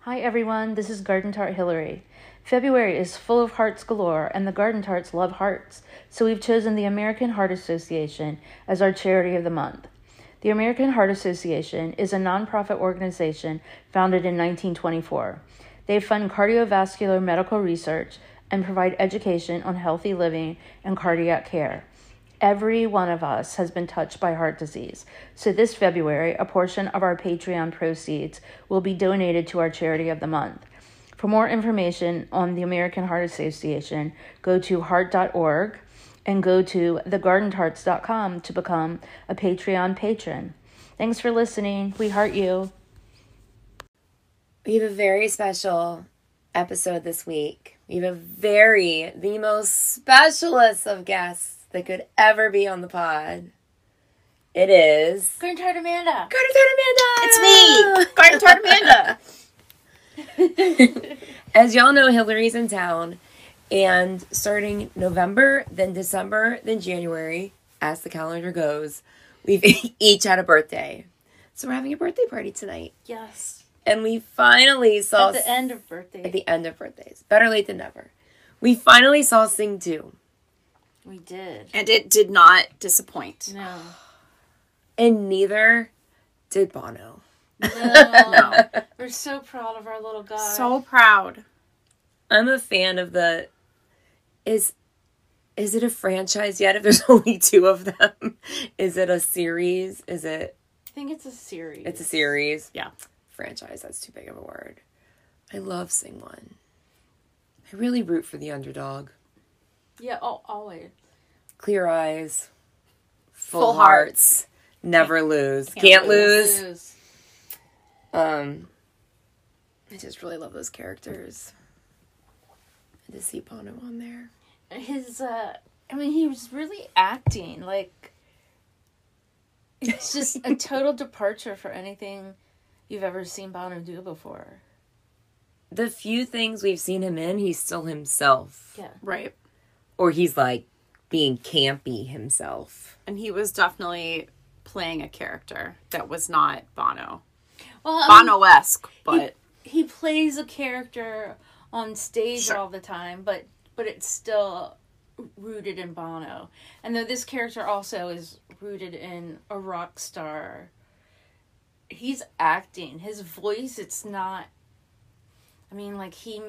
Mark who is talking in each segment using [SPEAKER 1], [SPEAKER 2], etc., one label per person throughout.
[SPEAKER 1] Hi everyone, this is Garden Tart Hillary. February is full of hearts galore, and the Garden Tarts love hearts, so we've chosen the American Heart Association as our charity of the month. The American Heart Association is a nonprofit organization founded in 1924. They fund cardiovascular medical research and provide education on healthy living and cardiac care. Every one of us has been touched by heart disease. So, this February, a portion of our Patreon proceeds will be donated to our charity of the month. For more information on the American Heart Association, go to heart.org and go to thegardentarts.com to become a Patreon patron. Thanks for listening. We heart you.
[SPEAKER 2] We have a very special episode this week. We have a very, the most specialist of guests that could ever be on the pod. It is
[SPEAKER 1] Garden Tart Amanda.
[SPEAKER 2] Carter Amanda.
[SPEAKER 3] It's me, Garden Tart Amanda.
[SPEAKER 2] As y'all know, Hillary's in town, and starting November, then December, then January, as the calendar goes, we've each had a birthday. So we're having a birthday party tonight,
[SPEAKER 3] Yes.
[SPEAKER 2] and we finally saw
[SPEAKER 3] At the end of birthday,
[SPEAKER 2] at the end of birthdays. Better late than never. We finally saw Sing 2.
[SPEAKER 3] we did.
[SPEAKER 4] and it did not disappoint.
[SPEAKER 3] No.
[SPEAKER 2] And neither did Bono.
[SPEAKER 3] No. We're so proud of our little guy.
[SPEAKER 4] So proud.
[SPEAKER 2] I'm a fan of the is is it a franchise yet if there's only two of them? Is it a series? Is it
[SPEAKER 3] I think it's a series.
[SPEAKER 2] it's a series?
[SPEAKER 4] Yeah.
[SPEAKER 2] Franchise, that's too big of a word. I love Sing One. I really root for the underdog.
[SPEAKER 3] Yeah, oh, always.
[SPEAKER 2] Clear eyes, full,
[SPEAKER 4] Full
[SPEAKER 2] hearts, never lose. Can't, lose.
[SPEAKER 3] Lose.
[SPEAKER 2] Um, I just really love those characters. And to see Bono on there,
[SPEAKER 3] His, uh, I mean, he was really acting. Like, it's just a total departure for anything you've ever seen Bono do before.
[SPEAKER 2] the few things we've seen him in, he's still himself,
[SPEAKER 3] Yeah.
[SPEAKER 4] Right.
[SPEAKER 2] or he's like being campy himself.
[SPEAKER 4] And he was definitely playing a character that was not Bono.
[SPEAKER 3] Well, I mean,
[SPEAKER 4] Bono
[SPEAKER 3] Mm.
[SPEAKER 4] esque, but
[SPEAKER 3] he plays a character on stage all the time, but but it's still rooted in Bono. And though this character also is rooted in a rock star, he's acting. His voice, it's not. I mean, like he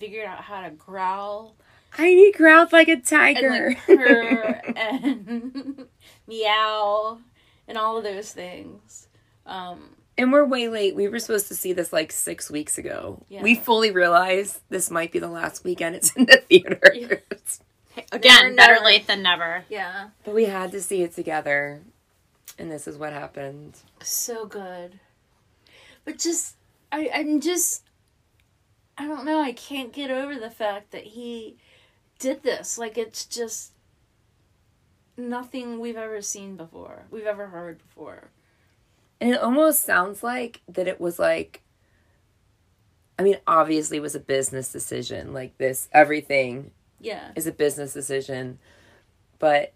[SPEAKER 3] figured out how to growl
[SPEAKER 2] Heidi growled like a
[SPEAKER 3] and
[SPEAKER 2] tiger.
[SPEAKER 3] like purr and meow and all of those things. Um,
[SPEAKER 2] and we're way late. We were supposed to see this like six weeks ago.
[SPEAKER 3] Yeah.
[SPEAKER 2] We fully realized this might be the last weekend it's in the theaters,
[SPEAKER 3] Never,
[SPEAKER 4] again, better
[SPEAKER 3] never.
[SPEAKER 4] late than never.
[SPEAKER 3] yeah,
[SPEAKER 2] but we had to see it together. And this is what happened.
[SPEAKER 3] so good but just i i'm just i don't know i can't get over the fact that he did this like it's just nothing we've ever seen before we've ever heard before
[SPEAKER 2] And it almost sounds like that it was like I mean, obviously it was a business decision. Like this everything
[SPEAKER 3] yeah
[SPEAKER 2] is a business decision. But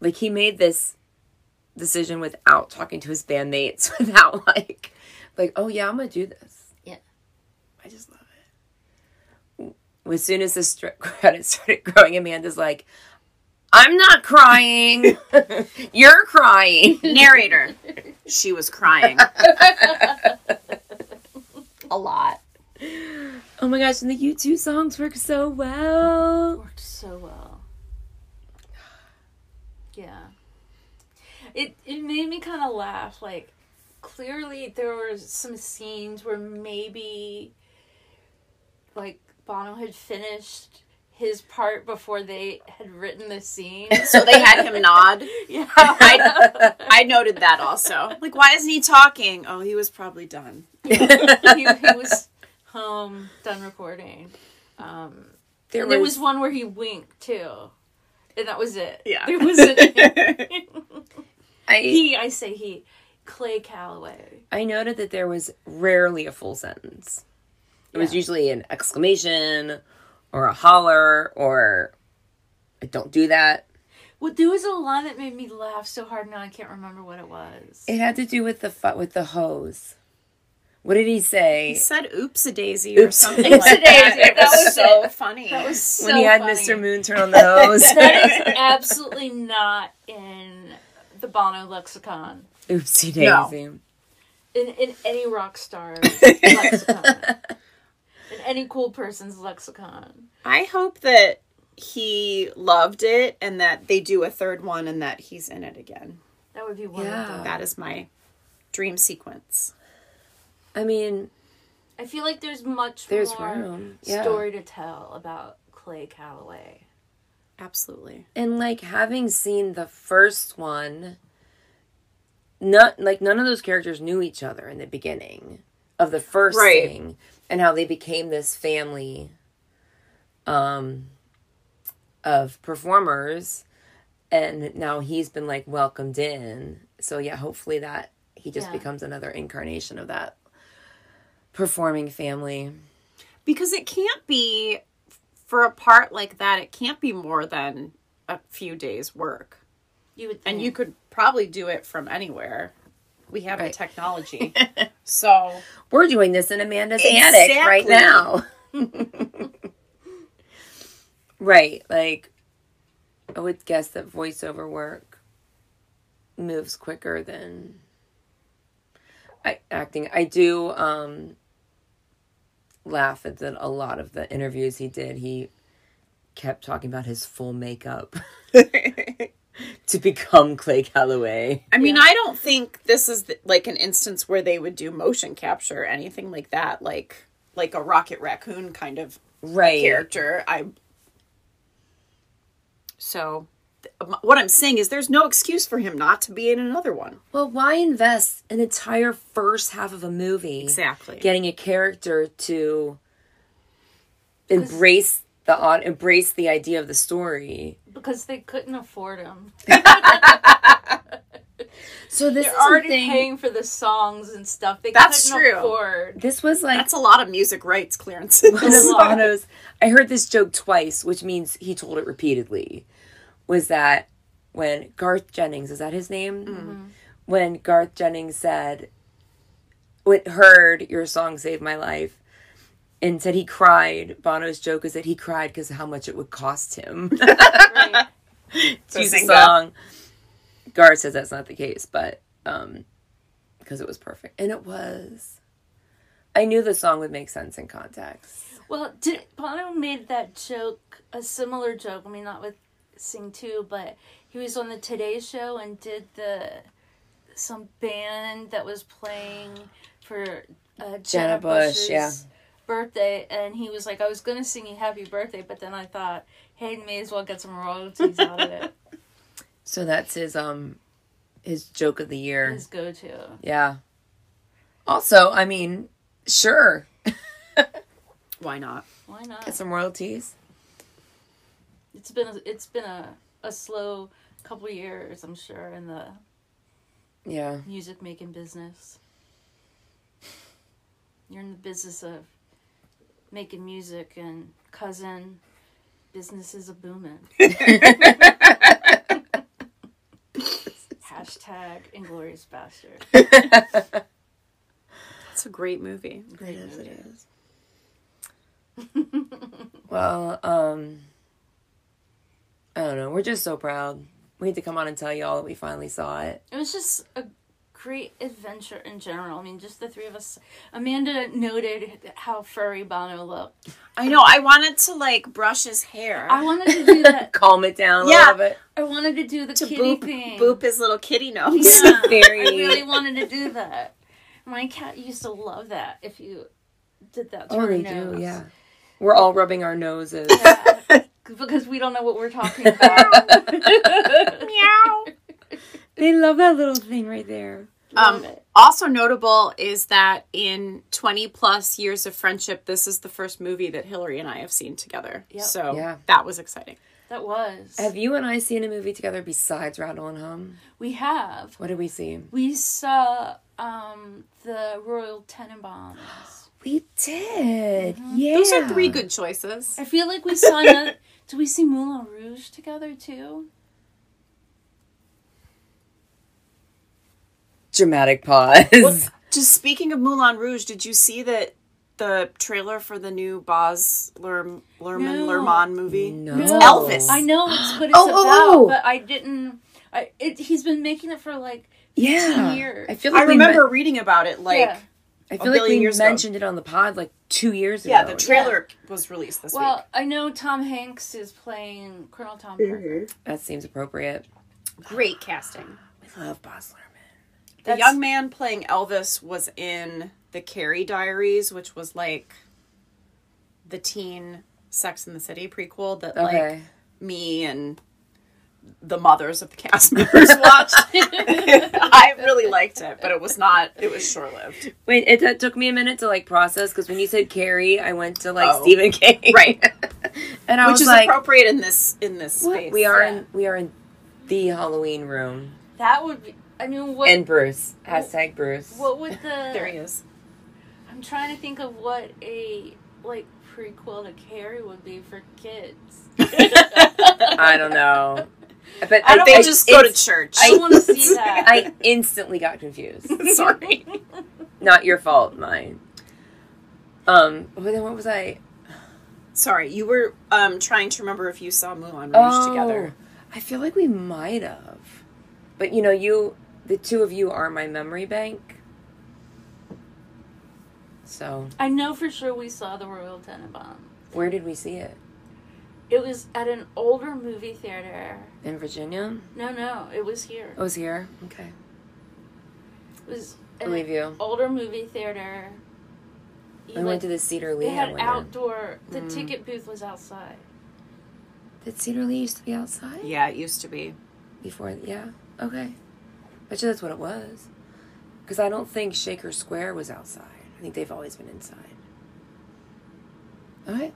[SPEAKER 2] like he made this decision without talking to his bandmates, without like like, oh yeah, I'm gonna do this.
[SPEAKER 3] Yeah.
[SPEAKER 2] I just love it. As soon as the stri- credit started growing, Amanda's like, I'm not crying. You're crying.
[SPEAKER 4] Narrator. She was crying a lot.
[SPEAKER 2] Oh my gosh, and the U2 songs work so well.
[SPEAKER 3] worked so well yeah it it made me kind of laugh like clearly there were some scenes where maybe like Bono had finished his part before they had written the scene.
[SPEAKER 4] So they had him nod.
[SPEAKER 3] yeah.
[SPEAKER 4] I, I noted that also. Like, why isn't he talking? Oh, he was probably done.
[SPEAKER 3] he, he was home done recording. Um
[SPEAKER 2] There
[SPEAKER 3] and there was one where he winked too. And that was it.
[SPEAKER 4] Yeah.
[SPEAKER 3] There was
[SPEAKER 2] I,
[SPEAKER 3] he I say he Clay Calloway.
[SPEAKER 2] I noted that there was rarely a full sentence. It was
[SPEAKER 3] Yeah.
[SPEAKER 2] usually an exclamation or a holler or "I don't do that.
[SPEAKER 3] Well, there was a line that made me laugh so hard now I can't remember what it was.
[SPEAKER 2] It had to do with the fu- with the hose. What did he say?
[SPEAKER 4] He said oops a daisy or
[SPEAKER 2] Oops.
[SPEAKER 4] something like that.
[SPEAKER 3] Oopsie-daisy,
[SPEAKER 4] It was,
[SPEAKER 3] that was
[SPEAKER 4] so funny.
[SPEAKER 3] That was so
[SPEAKER 2] when he had
[SPEAKER 3] funny.
[SPEAKER 2] Mr. Moon turn on the hose.
[SPEAKER 3] That is absolutely not in the Bono lexicon.
[SPEAKER 2] Oopsie
[SPEAKER 4] No.
[SPEAKER 2] daisy.
[SPEAKER 3] In in any rock star lexicon. In any cool person's lexicon.
[SPEAKER 4] I hope that he loved it and that they do a third one and that he's in it again.
[SPEAKER 3] That would be wonderful.
[SPEAKER 2] Yeah.
[SPEAKER 4] That is my dream sequence.
[SPEAKER 2] I mean,
[SPEAKER 3] I feel like there's much
[SPEAKER 2] there's
[SPEAKER 3] more
[SPEAKER 2] room. Yeah.
[SPEAKER 3] story to tell about Clay Calloway.
[SPEAKER 4] Absolutely.
[SPEAKER 2] And like having seen the first one, not like none of those characters knew each other in the beginning of the first
[SPEAKER 4] Right.
[SPEAKER 2] thing and how they became this family um of performers and now he's been like welcomed in. So yeah, hopefully that he just
[SPEAKER 3] Yeah.
[SPEAKER 2] becomes another incarnation of that performing family.
[SPEAKER 4] Because it can't be, for a part like that, it can't be more than a few days' work.
[SPEAKER 3] You would think.
[SPEAKER 4] And you could probably do it from anywhere. We have
[SPEAKER 2] Right.
[SPEAKER 4] the technology. so,
[SPEAKER 2] We're doing this in Amanda's attic right
[SPEAKER 4] Exactly.
[SPEAKER 2] now. right, like I would guess that voiceover work moves quicker than I, acting. I do um laugh at that a lot of the interviews he did. He kept talking about his full makeup to become Clay Calloway.
[SPEAKER 4] I mean, I don't think this is the, like an instance where they would do motion capture or anything like that, like like a Rocket Raccoon kind of
[SPEAKER 2] Right.
[SPEAKER 4] character. I so th- m- what I'm saying is there's no excuse for him not to be in another one.
[SPEAKER 2] Well, why invest an entire first half of a movie
[SPEAKER 4] Exactly.
[SPEAKER 2] getting a character to embrace the on embrace the idea of the story?
[SPEAKER 3] because they couldn't afford him.
[SPEAKER 2] So this
[SPEAKER 3] They're
[SPEAKER 2] is the
[SPEAKER 3] already
[SPEAKER 2] thing-
[SPEAKER 3] paying for the songs and stuff. They
[SPEAKER 4] That's
[SPEAKER 3] couldn't
[SPEAKER 4] true.
[SPEAKER 3] afford.
[SPEAKER 2] This was like
[SPEAKER 4] That's a lot of music rights clearance.
[SPEAKER 2] one of
[SPEAKER 3] a lot.
[SPEAKER 2] Bono's. I heard this joke twice, which means he told it repeatedly. Was that when Garth Jennings is that his name?
[SPEAKER 4] Mm-hmm.
[SPEAKER 2] When Garth Jennings said, "When heard your song saved my life," and said he cried. Bono's joke is that he cried because how much it would cost him to
[SPEAKER 3] Right.
[SPEAKER 2] use a
[SPEAKER 4] sing that.
[SPEAKER 2] song. Garth says that's not the case, but um, because it was perfect, and it was. I knew the song would make sense in context.
[SPEAKER 3] Well, did Bono made that joke a similar joke? I mean, not with Sing Two, but he was on the Today Show and did the some band that was playing for uh, Jenna,
[SPEAKER 2] Jenna Bush,
[SPEAKER 3] Bush's
[SPEAKER 2] yeah.
[SPEAKER 3] birthday, and he was like, "I was gonna sing you Happy Birthday," but then I thought, "Hey, may as well get some royalties out of it."
[SPEAKER 2] So that's his um his joke of the year.
[SPEAKER 3] His go-to.
[SPEAKER 2] Yeah. Also, I mean, sure.
[SPEAKER 4] Why not?
[SPEAKER 3] Why not?
[SPEAKER 2] Get some royalties.
[SPEAKER 3] It's been a, it's been a, a slow couple years, I'm sure, in the
[SPEAKER 2] Yeah.
[SPEAKER 3] music making business. You're in the business of making music, and cousin, business is a booming. Hashtag inglorious bastard.
[SPEAKER 4] That's a great movie.
[SPEAKER 3] Great movie.
[SPEAKER 2] is. well, um I don't know. We're just so proud. We had to come on and tell y'all that we finally saw it.
[SPEAKER 3] It was just a great adventure in general. I mean, just the three of us. Amanda noted how furry Bono looked.
[SPEAKER 4] I know. I wanted to like brush his hair.
[SPEAKER 3] I wanted to do that.
[SPEAKER 2] Calm it down a
[SPEAKER 4] Yeah.
[SPEAKER 2] little bit.
[SPEAKER 3] I wanted to do the
[SPEAKER 4] to
[SPEAKER 3] kitty
[SPEAKER 4] boop
[SPEAKER 3] thing.
[SPEAKER 4] boop his little kitty nose.
[SPEAKER 3] Yeah,
[SPEAKER 2] Very-
[SPEAKER 3] I really wanted to do that. My cat used to love that if you did that to
[SPEAKER 2] Oh,
[SPEAKER 3] her
[SPEAKER 2] they
[SPEAKER 3] nose.
[SPEAKER 2] do, yeah. We're all rubbing our noses.
[SPEAKER 3] Yeah, because we don't know what we're talking about.
[SPEAKER 4] Meow.
[SPEAKER 2] they love that little thing right there.
[SPEAKER 4] Um, also notable is that in 20 plus years of friendship, this is the first movie that Hillary and I have seen together.
[SPEAKER 3] Yep.
[SPEAKER 4] So
[SPEAKER 2] Yeah.
[SPEAKER 4] that was exciting.
[SPEAKER 3] that was.
[SPEAKER 2] Have you and I seen a movie together besides Rattle and Hum?
[SPEAKER 3] We have.
[SPEAKER 2] What did we see?
[SPEAKER 3] We saw um, the Royal Tenenbaums.
[SPEAKER 2] We did. Yeah.
[SPEAKER 4] Those are three good choices.
[SPEAKER 3] I feel like we saw another. Did we see Moulin Rouge together too?
[SPEAKER 2] dramatic pause.
[SPEAKER 4] Just speaking of Moulin Rouge, did you see that the trailer for the new Boz Lerm, Lerman
[SPEAKER 3] No.
[SPEAKER 4] Lerman movie?
[SPEAKER 2] No.
[SPEAKER 4] It's Elvis.
[SPEAKER 3] I know it's what it's
[SPEAKER 2] Oh,
[SPEAKER 3] about,
[SPEAKER 2] oh, oh.
[SPEAKER 3] but I didn't. I it, he's been making it for like
[SPEAKER 2] Yeah.
[SPEAKER 3] years.
[SPEAKER 2] I feel like
[SPEAKER 4] I
[SPEAKER 2] we men-
[SPEAKER 4] remember reading about it. Like, yeah,
[SPEAKER 3] Yeah.
[SPEAKER 2] I
[SPEAKER 4] a
[SPEAKER 2] feel like we
[SPEAKER 4] billion years ago.
[SPEAKER 2] mentioned it on the pod like two years ago.
[SPEAKER 4] the trailer was released this
[SPEAKER 3] well,
[SPEAKER 4] week.
[SPEAKER 3] I know Tom Hanks is playing Colonel Tom
[SPEAKER 2] Mm-hmm.
[SPEAKER 3] Parker.
[SPEAKER 2] that seems appropriate.
[SPEAKER 4] Great casting.
[SPEAKER 2] We love Boss Lerman.
[SPEAKER 4] The young man playing Elvis was in the Carrie Diaries, which was like the teen Sex in the City prequel that like
[SPEAKER 2] Okay.
[SPEAKER 4] me and the mothers of the cast members watched. I really liked it, but it was not. It was short lived.
[SPEAKER 2] Wait, it, that took me a minute to like process because when you said Carrie, I went to like
[SPEAKER 4] Oh.
[SPEAKER 2] Stephen King,
[SPEAKER 4] Right.
[SPEAKER 2] and I
[SPEAKER 4] Which
[SPEAKER 2] was
[SPEAKER 4] is
[SPEAKER 2] like,
[SPEAKER 4] appropriate in this in this
[SPEAKER 2] what?
[SPEAKER 4] space.
[SPEAKER 2] we are
[SPEAKER 3] yeah.
[SPEAKER 2] in we are in the Halloween room,
[SPEAKER 3] that would be. I mean, what
[SPEAKER 2] and Bruce hashtag Bruce.
[SPEAKER 3] what would the?
[SPEAKER 4] there he is.
[SPEAKER 3] I'm trying to think of what a like prequel to Carrie would be for kids.
[SPEAKER 2] I don't know, but I,
[SPEAKER 4] I don't
[SPEAKER 2] think
[SPEAKER 4] just go to
[SPEAKER 2] it's-
[SPEAKER 4] church.
[SPEAKER 3] I want to see that.
[SPEAKER 2] I instantly got confused.
[SPEAKER 4] Sorry.
[SPEAKER 2] Not your fault, mine. Um, but then what was I?
[SPEAKER 4] Sorry, you were um, trying to remember if you saw Moulin Rouge
[SPEAKER 3] Oh.
[SPEAKER 4] together.
[SPEAKER 2] I feel like we might have. But you know, you the two of you are my memory bank. So
[SPEAKER 3] I know for sure we saw the Royal Tenenbaum.
[SPEAKER 2] where did we see it?
[SPEAKER 3] It was at an older movie theater.
[SPEAKER 2] In Virginia? Oh,
[SPEAKER 3] No, no, it was here.
[SPEAKER 2] It was here. Okay.
[SPEAKER 3] It was
[SPEAKER 2] I
[SPEAKER 3] an
[SPEAKER 2] believe you.
[SPEAKER 3] older movie theater. You,
[SPEAKER 2] I went
[SPEAKER 3] like,
[SPEAKER 2] to the Mm. Cedar Lee.
[SPEAKER 3] They
[SPEAKER 2] that
[SPEAKER 3] had
[SPEAKER 2] winter.
[SPEAKER 3] outdoor. The ticket booth was outside.
[SPEAKER 2] Did Cedar Lee used to be outside?
[SPEAKER 4] Yeah, it used to be.
[SPEAKER 2] Before yeah. Okay. Bet you that's what it was. Because I don't think Shaker Square was outside. I think they've always been inside. Okay.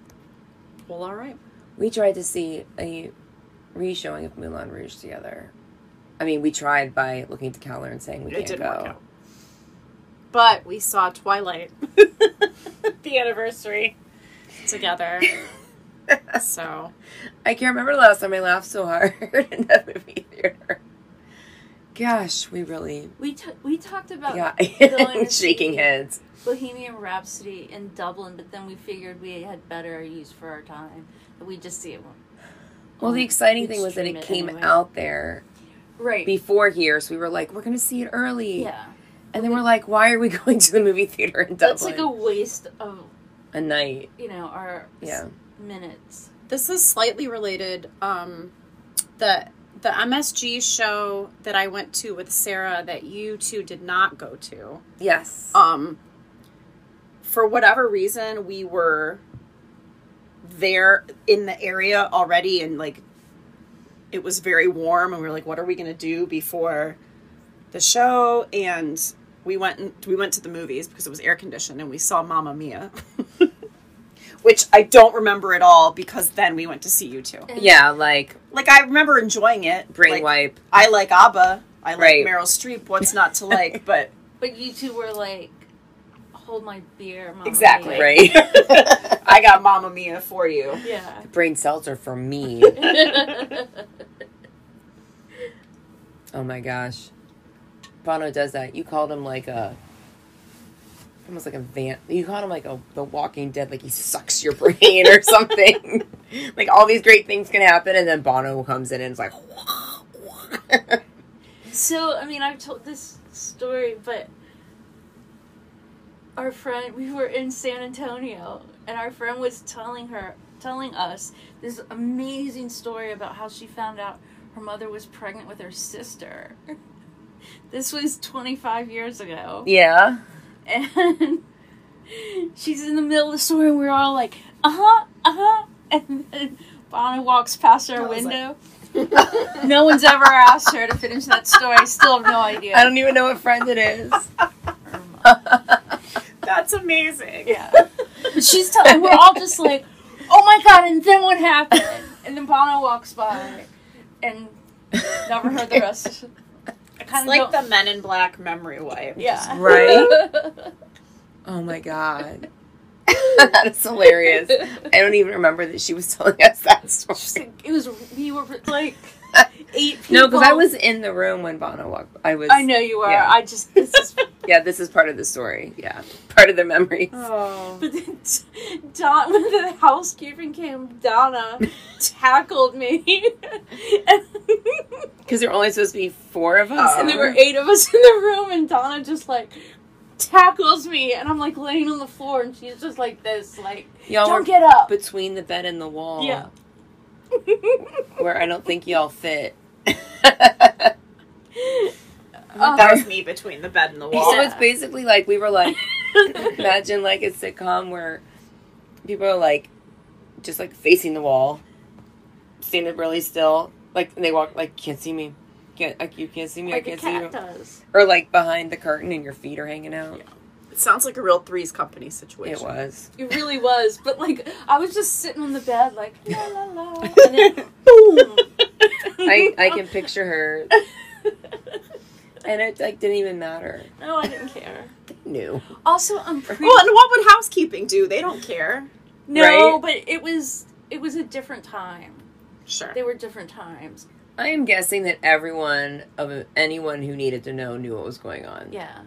[SPEAKER 4] Well, all right.
[SPEAKER 2] We tried to see a re-showing of Moulin Rouge together. I mean, we tried by looking at the calendar and saying we
[SPEAKER 4] It
[SPEAKER 2] can't
[SPEAKER 4] didn't
[SPEAKER 2] go.
[SPEAKER 4] work out. But we saw Twilight, the anniversary, together. so
[SPEAKER 2] I can't remember the last time I laughed so hard in that movie theater. Gosh, we really
[SPEAKER 3] We t- we talked about
[SPEAKER 2] yeah,
[SPEAKER 3] going to
[SPEAKER 2] shaking
[SPEAKER 3] see
[SPEAKER 2] heads.
[SPEAKER 3] Bohemian Rhapsody in Dublin, but then we figured we had better use for our time. We just see it. one-
[SPEAKER 2] Well, the exciting thing was that
[SPEAKER 3] stream
[SPEAKER 2] it
[SPEAKER 3] it
[SPEAKER 2] came
[SPEAKER 3] anyway.
[SPEAKER 2] out there
[SPEAKER 3] Right.
[SPEAKER 2] before here, so we were like, we're gonna see it early.
[SPEAKER 3] yeah.
[SPEAKER 2] And then we're like, why are we going to the movie theater in Dublin?
[SPEAKER 3] That's like a waste of
[SPEAKER 2] a night.
[SPEAKER 3] you know our s-
[SPEAKER 2] Yeah.
[SPEAKER 3] minutes.
[SPEAKER 4] this is slightly related. Um, the the MSG show that I went to with Sarah that you two did not go to.
[SPEAKER 2] Yes.
[SPEAKER 4] um for whatever reason we were there in the area already and like it was very warm and we were like what are we going to do before the show and we went and we went to the movies because it was air conditioned and we saw Mamma Mia which I don't remember at all because then we went to see you two
[SPEAKER 2] yeah, like
[SPEAKER 4] like I remember enjoying it
[SPEAKER 2] brain
[SPEAKER 4] like,
[SPEAKER 2] wipe.
[SPEAKER 4] I like ABBA I like
[SPEAKER 2] Right.
[SPEAKER 4] Meryl Streep what's not to like but
[SPEAKER 3] But you two were like, "Hold my beer, mom."
[SPEAKER 4] Exactly.
[SPEAKER 2] Right.
[SPEAKER 4] I got Mamma Mia for you
[SPEAKER 3] Yeah.
[SPEAKER 2] brain cells are for me. oh my gosh. Bono does that. You called him like a almost like a van you called him like a the walking dead, like he sucks your brain or something. like all these great things can happen and then Bono comes in and is like
[SPEAKER 3] so I mean, I've told this story, but our friend, we were in San Antonio, and our friend was telling her, telling us this amazing story about how she found out her mother was pregnant with her sister. This was 25 years ago.
[SPEAKER 2] Yeah.
[SPEAKER 3] and she's in the middle of the store, and we're all like, uh huh, uh huh. And then Bonnie walks past our
[SPEAKER 4] I was "Uh-huh."
[SPEAKER 3] window. no one's ever asked her to finish that story. I still have no
[SPEAKER 2] I
[SPEAKER 3] idea.
[SPEAKER 2] don't even know what friend it is.
[SPEAKER 4] That's amazing.
[SPEAKER 3] Yeah. But she's telling, we're all just like, oh my god, and then what happened? And then Bono walks by and never heard the rest. I
[SPEAKER 4] It's
[SPEAKER 3] kind
[SPEAKER 4] like
[SPEAKER 3] of
[SPEAKER 4] the Men in Black memory wipe.
[SPEAKER 3] yeah.
[SPEAKER 2] Right? Oh my god. that is hilarious. I don't even remember that she was telling us that story.
[SPEAKER 3] She's like, it was, we were like eight people.
[SPEAKER 2] No, because I was in the room when Bono walked. I was.
[SPEAKER 3] I know you are.
[SPEAKER 2] Yeah.
[SPEAKER 3] I just this is
[SPEAKER 2] yeah, this is part of the story. Yeah, part of their memories.
[SPEAKER 4] Oh.
[SPEAKER 3] But then Don, when the housekeeping came, Donna tackled me. and,
[SPEAKER 2] Because there were only supposed to be four of us.
[SPEAKER 3] and there were eight of us in the room, and Donna just like tackles me, and I'm like laying on the floor, and she's just like this, like,
[SPEAKER 2] y'all
[SPEAKER 3] don't
[SPEAKER 2] were
[SPEAKER 3] get up.
[SPEAKER 2] between the bed and the wall.
[SPEAKER 3] Yeah.
[SPEAKER 2] Where I don't think y'all fit.
[SPEAKER 3] Uh,
[SPEAKER 4] That was me between the bed and the wall.
[SPEAKER 2] So it's basically like we were like, imagine like a sitcom where people are like, just like facing the wall, standing really still. Like and they walk like can't see me, can't like you can't see me,
[SPEAKER 3] like
[SPEAKER 2] I
[SPEAKER 3] a
[SPEAKER 2] can't see you.
[SPEAKER 3] cat does.
[SPEAKER 2] Or like behind the curtain and your feet are hanging out.
[SPEAKER 4] It sounds like a real Three's Company situation.
[SPEAKER 2] It was.
[SPEAKER 3] It really was, but like I was just sitting on the bed, like la la la, and then boom.
[SPEAKER 2] I I can picture her, and it like didn't even matter.
[SPEAKER 3] No, I didn't care.
[SPEAKER 2] No.
[SPEAKER 3] Also, I'm pretty.
[SPEAKER 4] Well, and what would housekeeping do? They don't care.
[SPEAKER 3] no, but it was it was a different time.
[SPEAKER 4] Sure.
[SPEAKER 3] They were different times.
[SPEAKER 2] I am guessing that everyone of anyone who needed to know knew what was going on.
[SPEAKER 3] Yeah.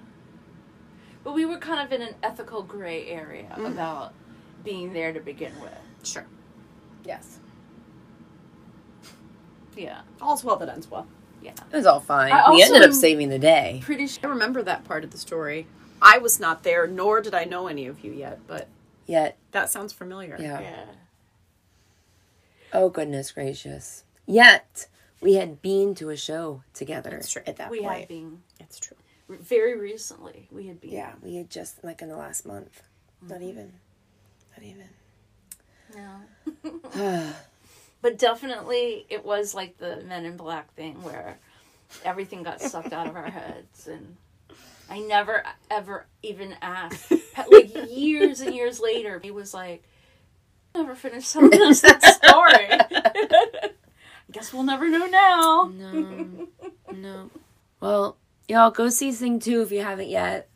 [SPEAKER 3] But we were kind of in an ethical gray area about being there to begin with.
[SPEAKER 4] Sure.
[SPEAKER 2] Yes.
[SPEAKER 3] Yeah.
[SPEAKER 4] All's well that ends well.
[SPEAKER 3] Yeah.
[SPEAKER 2] It was all fine.
[SPEAKER 3] I
[SPEAKER 2] we
[SPEAKER 3] also
[SPEAKER 2] ended
[SPEAKER 3] am-
[SPEAKER 2] up saving the day.
[SPEAKER 3] Pretty sure.
[SPEAKER 4] I remember that part of the story. I was not there, nor did I know any of you yet, but
[SPEAKER 2] Yet,
[SPEAKER 4] that sounds familiar.
[SPEAKER 2] yeah.
[SPEAKER 3] Yeah.
[SPEAKER 2] Oh goodness gracious. Yet we had been to a show together.
[SPEAKER 4] That's true. At that
[SPEAKER 3] We
[SPEAKER 4] point.
[SPEAKER 3] had been
[SPEAKER 4] That's true.
[SPEAKER 3] very recently. We had Mm-hmm. been.
[SPEAKER 2] Yeah, we had just like in the last month. Not even. Not even.
[SPEAKER 3] No. but definitely, it was like the Men in Black thing where everything got sucked out of our heads, and I never ever even asked. Like years and years later, he was like, "Never finished telling us that story." I guess we'll never know now.
[SPEAKER 2] No. no. Well, y'all go see Sing 2 if you haven't yet.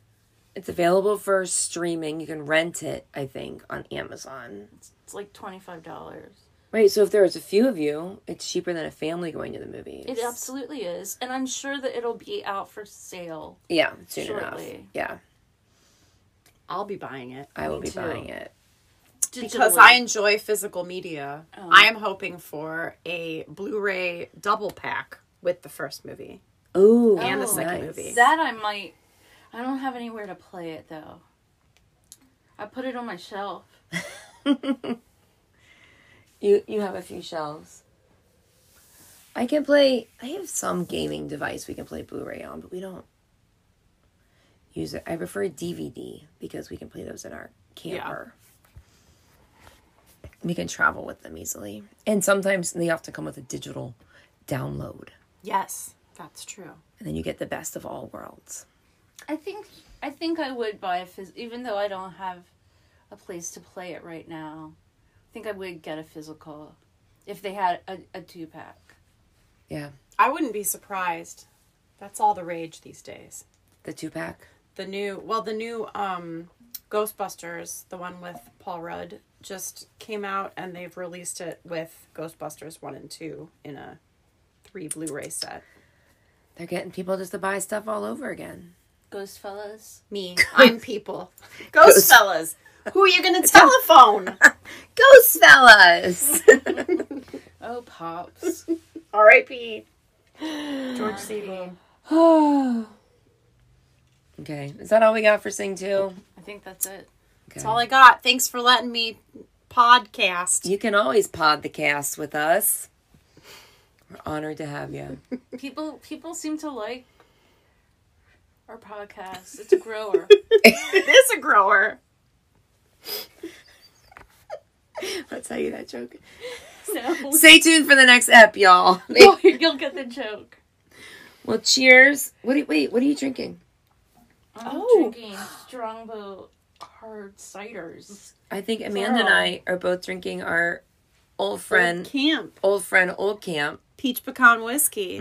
[SPEAKER 2] It's available for streaming. You can rent it, I think, on Amazon.
[SPEAKER 3] It's like twenty five dollars.
[SPEAKER 2] Right, so if there was a few of you, it's cheaper than a family going to the movies.
[SPEAKER 3] It absolutely is, and I'm sure that it'll be out for sale.
[SPEAKER 2] Yeah, soon enough.
[SPEAKER 3] Shortly.
[SPEAKER 2] Yeah,
[SPEAKER 4] I'll be buying it.
[SPEAKER 2] I will be
[SPEAKER 3] too.
[SPEAKER 2] buying it.
[SPEAKER 4] Because
[SPEAKER 3] digitally.
[SPEAKER 4] I enjoy physical media,
[SPEAKER 3] Oh.
[SPEAKER 4] I am hoping for a Blu ray double pack with the first movie.
[SPEAKER 2] Ooh,
[SPEAKER 4] And
[SPEAKER 3] the
[SPEAKER 4] second movie.
[SPEAKER 3] That I might. I don't have anywhere to play it though. I put it on my shelf.
[SPEAKER 2] You you have a few shelves. I can play. I have some gaming device we can play Blu-ray on, but we don't use it. I prefer DVD because we can play those in our camper. We can travel with them easily, and sometimes they often come with a digital download,
[SPEAKER 4] Yes, that's true.
[SPEAKER 2] and then you get the best of all worlds.
[SPEAKER 3] I think I think I would buy a phys- even though I don't have a place to play it right now. I think I would get a physical if they had a, a two pack.
[SPEAKER 2] Yeah,
[SPEAKER 4] I wouldn't be surprised. That's all the rage these days.
[SPEAKER 2] the two pack.
[SPEAKER 4] The new, well, the new um, Ghostbusters, the one with Paul Rudd, just came out and they've released it with Ghostbusters 1 and 2 in a three Blu ray set.
[SPEAKER 2] They're getting people just to buy stuff all over again.
[SPEAKER 3] Ghost fellas.
[SPEAKER 4] Me, I'm people. Ghost, fellas. Who are you going to telephone?
[SPEAKER 2] Ghost fellas.
[SPEAKER 3] Oh pops.
[SPEAKER 4] R.I.P. George Siegel.
[SPEAKER 2] okay, is that all we got for Sing Two?
[SPEAKER 3] I think that's it.
[SPEAKER 4] That's all I got. Thanks for letting me podcast.
[SPEAKER 2] You can always pod the cast with us. We're honored to have you.
[SPEAKER 3] People people seem to like our podcast. It's a grower.
[SPEAKER 4] It is a grower.
[SPEAKER 2] Let's tell you that joke.
[SPEAKER 3] so
[SPEAKER 2] Stay tuned for the next ep, y'all.
[SPEAKER 3] you'll, you'll get the joke.
[SPEAKER 2] well, cheers. What? Are, you- wait, what are you drinking?
[SPEAKER 3] I'm
[SPEAKER 4] Oh.
[SPEAKER 3] drinking Strongbow hard ciders.
[SPEAKER 2] I think Amanda and I are both drinking our old friend,
[SPEAKER 4] Camp.
[SPEAKER 2] old friend, old camp.
[SPEAKER 4] Peach pecan whiskey.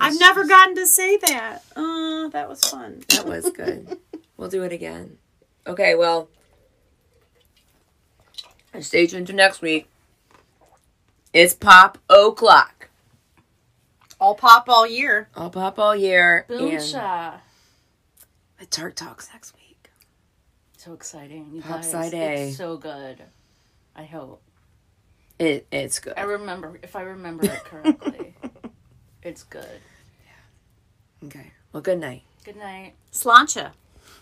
[SPEAKER 4] I've never gotten to say that. Oh, that was fun.
[SPEAKER 2] That was good. we'll do it again. Okay. Well, stay tuned to next week. It's pop o'clock.
[SPEAKER 4] All pop all year.
[SPEAKER 2] I'll pop all year.
[SPEAKER 3] Boom
[SPEAKER 2] and-
[SPEAKER 3] sha.
[SPEAKER 2] I It's Heart Talks next week.
[SPEAKER 3] So exciting. You
[SPEAKER 2] Pop
[SPEAKER 3] guys,
[SPEAKER 2] Side A.
[SPEAKER 3] It's so good. I hope.
[SPEAKER 2] It, it's good.
[SPEAKER 3] I remember, if I remember it correctly, it's good.
[SPEAKER 2] Okay. Well, good night.
[SPEAKER 3] Good night.
[SPEAKER 4] Slancha.